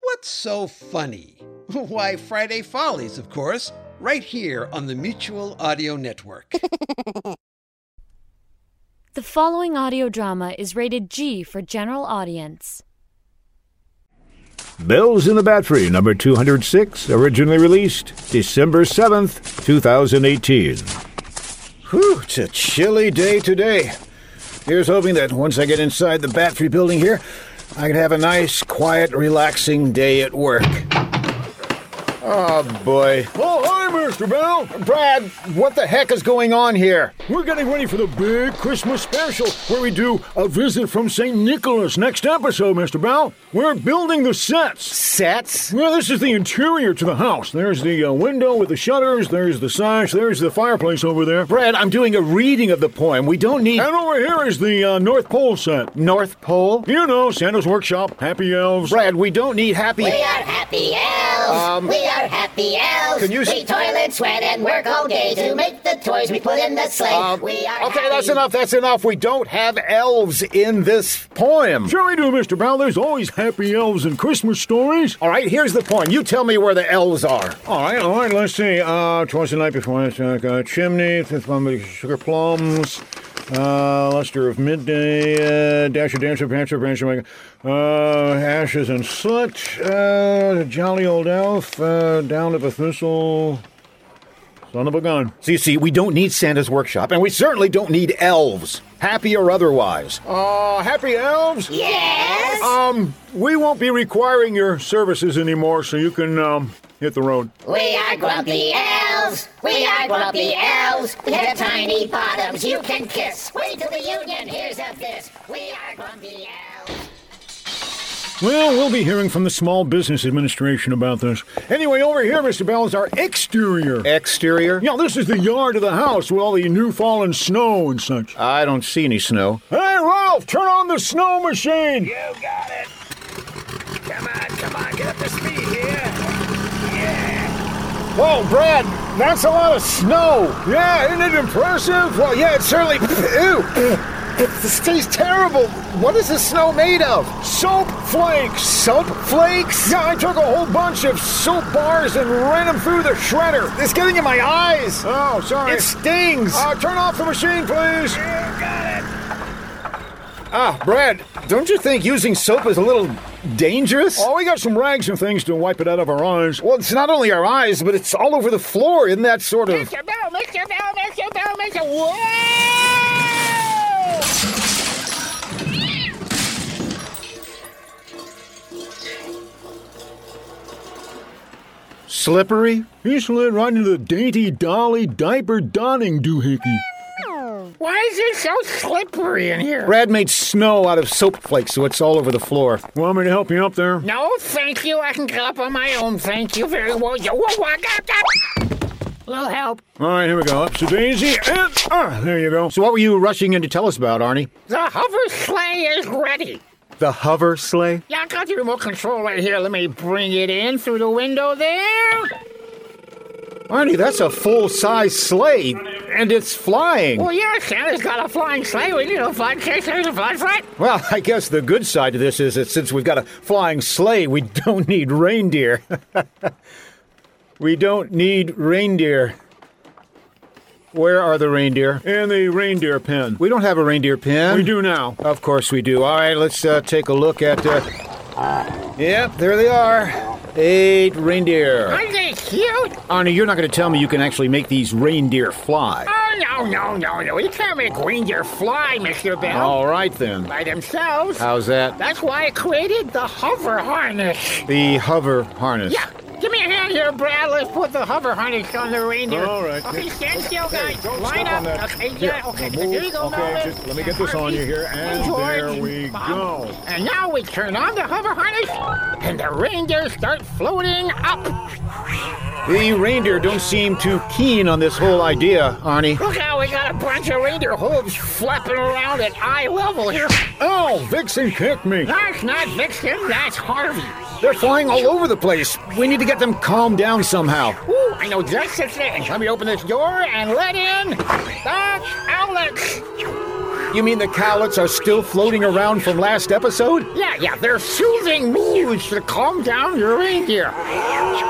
What's so funny? Why, Friday Follies, of course, right here on the Mutual Audio Network. The following audio drama is rated G for general audience. Bells in the Battery, number 206, originally released December 7th, 2018. Whew, it's a chilly day today. Here's hoping that once I get inside the Battery building here, I can have a nice, quiet, relaxing day at work. Oh boy. Oh, hi, Mr. Bell. Brad, what the heck is going on here? We're getting ready for the big Christmas special where we do a visit from St. Nicholas next episode, Mr. Bell. We're building the sets. Sets? Well, this is the interior to the house. There's the uh, window with the shutters, there's the sash, there's the fireplace over there. Brad, I'm doing a reading of the poem. We don't need And over here is the uh, North Pole set. North Pole. You know, Santa's Workshop, Happy Elves. Brad, we don't need happy. Um, We are happy elves. we are happy elves. Can you s- we toil and sweat and work all day to make the toys we put in the sleigh. we are Um, Okay, happy. that's enough. That's enough. We don't have elves in this poem. Sure we do, Mr. Bell. There's always happy elves and Christmas stories. All right, here's the poem. You tell me where the elves are. All right, all right, let's see. Uh, twas the night before I struck a chimney, fifth plum, sugar plums, uh, luster of midday, uh, dasher, dancer, prancer, prancer, uh, ashes and soot, uh, jolly old elf, uh, down of a thistle, son of a gun. So you see, we don't need Santa's workshop, and we certainly don't need elves, happy or otherwise. Uh, happy elves? Yes. Um, we won't be requiring your services anymore, so you can, um, hit the road. we are grumpy elves. We are grumpy elves. We have tiny bottoms you can kiss. Wait till the union hears of this. We are grumpy elves. Well, we'll be hearing from the Small Business Administration about this. Anyway, over here, Mr. Bell, is our exterior. Exterior? Yeah, this is the yard of the house with all the new fallen snow and such. I don't see any snow. Hey, Ralph, turn on the snow machine! You got it. Come on, come on, get up to speed here. Whoa, Brad, that's a lot of snow. Yeah, isn't it impressive? Well, yeah, it certainly. Ew. This tastes terrible. What is the snow made of? Soap flakes! Soap flakes? Yeah, I took a whole bunch of soap bars and ran them through the shredder. It's getting in my eyes. Oh, sorry. It stings. Uh, turn off the machine, please! You got it. ah, Brad, don't you think using soap is a little dangerous? Oh, we got some rags and things to wipe it out of our eyes. Well, it's not only our eyes, but it's all over the floor in that sort of. Mr. Bell, Mr. Bell, Mr. Bell, Mr. Whoa! Slippery? He slid right into the dainty dolly diaper donning doohickey. Why is it so slippery in here? Brad made snow out of soap flakes, so it's all over the floor. Want me to help you up there? No, thank you. I can get up on my own. Thank you very well. Yo, whoa, whoa, got that. Little help. All right, here we go. Up so daisy and ah, there you go. So, what were you rushing in to tell us about, Arnie? The hover sleigh is ready. The hover sleigh? Yeah, I got the remote control right here. Let me bring it in through the window there. Arnie, that's a full size sleigh, and it's flying. Well, Oh, yeah, Santa's got a flying sleigh. We need a flying sleigh. There's a flying sleigh. Well, I guess the good side to this is that since we've got a flying sleigh, we don't need reindeer. we don't need reindeer. Where are the reindeer? And the reindeer pen. We don't have a reindeer pen. We do now. Of course we do. All right, let's uh, take a look at. Uh... Yep, there they are. Eight reindeer. Aren't they cute? Arnie, you're not going to tell me you can actually make these reindeer fly. Oh, no, no, no, no. You can't make reindeer fly, Mr. Oh. Bell. All right then. By themselves. How's that? That's why I created the hover harness. The hover harness. Yeah, give me a hand. down here, Brad. Let's put the hover harness on the reindeer. All right. Okay, stand still, Hey, guys. don't Line step on up. that. Okay, Here, yeah, okay. now move. There you go, Okay, Melvin. just let me And get this on you Harvey, here, and George, there and we Bob. go. And now we turn on the hover harness, and the reindeer start floating up. The reindeer don't seem too keen on this whole idea, Arnie. Look how we got a bunch of reindeer hooves flapping around at eye level here. Oh, Vixen kicked me. That's not Vixen, that's Harvey. They're flying all over the place. We need to get them calmed down somehow. Ooh, I know just the thing. Let me open this door and let in the owlets. You mean the cowlets are still floating around from last episode? Yeah, yeah, they're soothing moves to calm down your reindeer.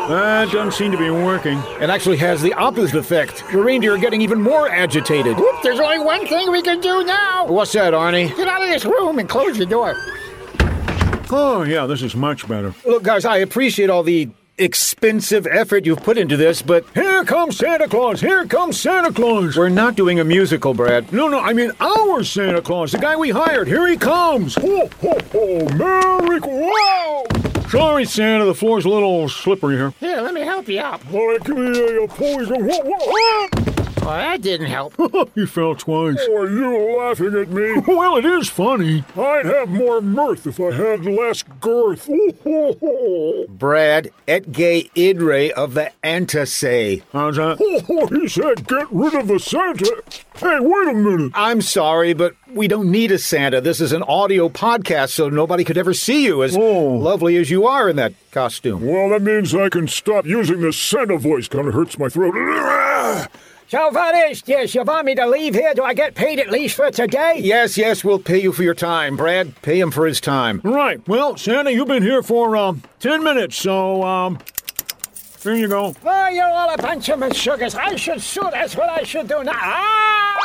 That doesn't seem to be working. It actually has the opposite effect. The reindeer are getting even more agitated. Whoop, there's only one thing we can do now. What's that, Arnie? Get out of this room and close the door. Oh, yeah, this is much better. Look, guys, I appreciate all the expensive effort you've put into this, but here comes Santa Claus! Here comes Santa Claus! We're not doing a musical, Brad. No, no, I mean our Santa Claus, the guy we hired. Here he comes. Ho, ho, ho, Merry Whoa! Sorry, Santa, the floor's a little slippery here. Here, let me help you up. All right, give me a, a poison. Whoa, whoa, Well, that didn't help. whoa. you fell twice. Oh, Are you laughing at me? Well, it is funny. I'd have more mirth if I had less girth. Brad, Etge Idre of the Antasay. How's that? Oh, he said, get rid of the Santa. Hey, wait a minute. I'm sorry, but we don't need a Santa. This is an audio podcast, so nobody could ever see you as Oh. lovely as you are in that costume. Well, that means I can stop using this Santa voice. Kind of hurts my throat. So, what is this? You want me to leave here? Do I get paid at least for today? Yes, yes, we'll pay you for your time. Brad, pay him for his time. Right. Well, Santa, you've been here for um ten minutes, so um, here you go. Oh, you're all a bunch of sugars. I should sue. That's what I should do now. Ah!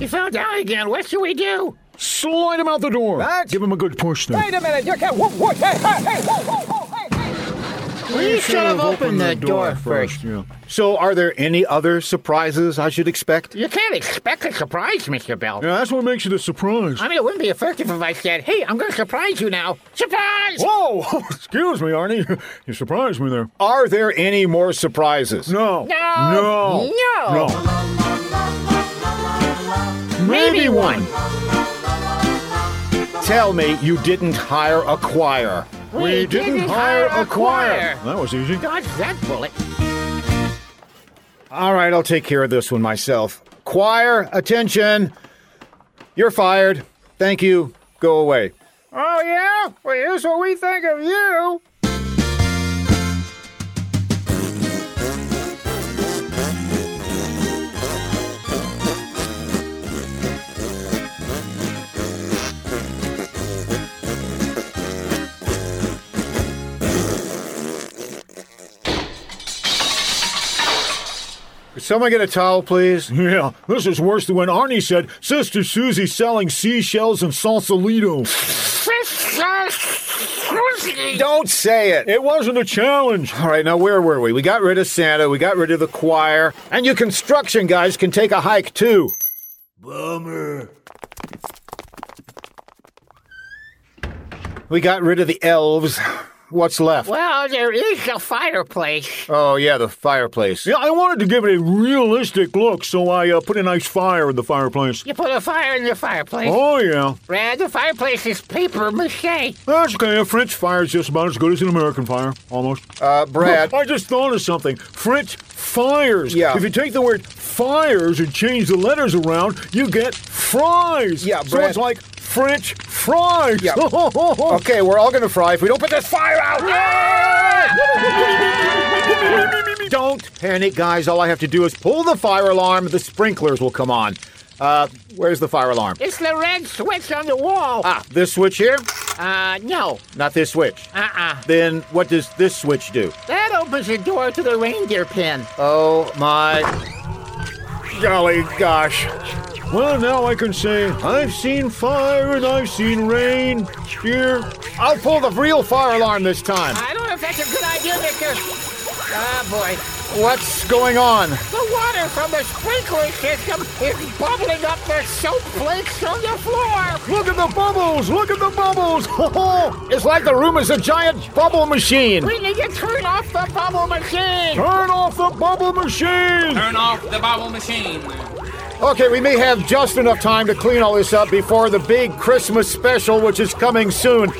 You fell down again. What should we do? Slide him out the door. What? Give him a good push there. Wait a minute, you can't. Whoa, whoa, hey, hey, hey, whoa, whoa, whoa, hey, hey. You should have opened the door first. Yeah. So, are there any other surprises I should expect? You can't expect a surprise, Mr. Bell. yeah, that's what makes it a surprise. I mean, it wouldn't be effective if I said, hey, I'm going to surprise you now. Surprise! Whoa! Excuse me, Arnie. You surprised me there. Are there any more surprises? No. No. No. No. No. Maybe one. Tell me you didn't hire a choir. We didn't hire a choir. That was easy. Dodge that bullet. All right, I'll take care of this one myself. Choir, attention. You're fired. Thank you. Go away. Oh, yeah? Well, here's what we think of you. Could someone get a towel, please? Yeah, this is worse than when Arnie said, Sister Susie selling seashells and salsalito. Don't say it. It wasn't a challenge. All right, now where were we? We got rid of Santa, we got rid of the choir, and you construction guys can take a hike too. Bummer. We got rid of the elves. What's left? Well, there is a fireplace. Oh, yeah, the fireplace. Yeah, I wanted to give it a realistic look, so I uh, put a nice fire in the fireplace. You put a fire in the fireplace. Oh, yeah. Brad, the fireplace is paper mache. That's okay. A French fire is just about as good as an American fire, almost. Uh, Brad. I just thought of something. French fires. Yeah. If you take the word fires and change the letters around, you get fries. Yeah, So Brad. it's like French fries. Yeah. Okay, we're all gonna fry if we don't put this fire out. Ah! don't panic, guys. All I have to do is pull the fire alarm. The sprinklers will come on. Uh, where's the fire alarm? It's the red switch on the wall. Ah, this switch here? Uh, no. Not this switch. Uh-uh. Then what does this switch do? That opens the door to the reindeer pen. Oh my. Golly gosh. Well, now I can say, I've seen fire and I've seen rain. Here. I'll pull the real fire alarm this time. I don't know if that's a good idea, Victor. Ah, boy. What's going on? The water from the sprinkler system is bubbling up the soap flakes on the floor. Look at the bubbles! Look at the bubbles! it's like the room is a giant bubble machine! We need to turn off the bubble machine. Turn off the bubble machine! Turn off the bubble machine. Okay, we may have just enough time to clean all this up before the big Christmas special, which is coming soon.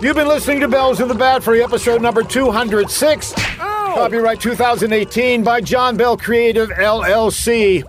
You've been listening to Bells in the Bat Free, episode number 206. Oh. Copyright 2018 by John Bell Creative LLC.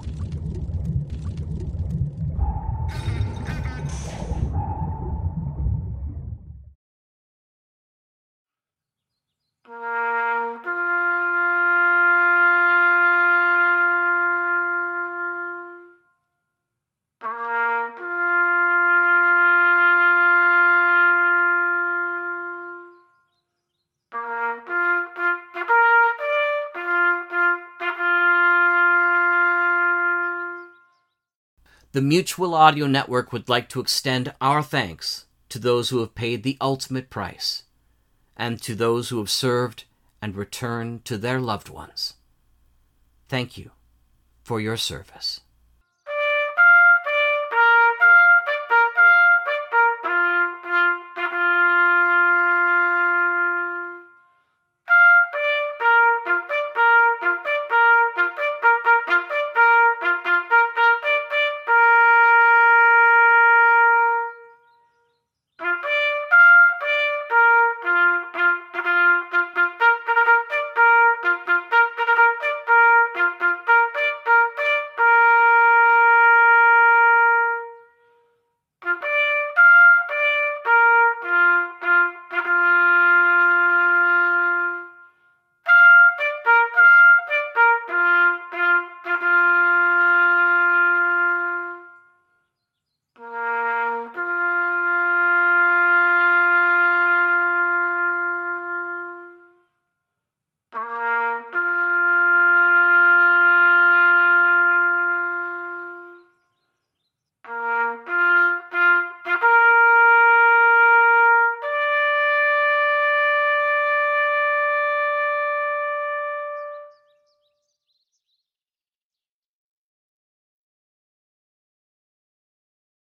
The Mutual Audio Network would like to extend our thanks to those who have paid the ultimate price and to those who have served and returned to their loved ones. Thank you for your service.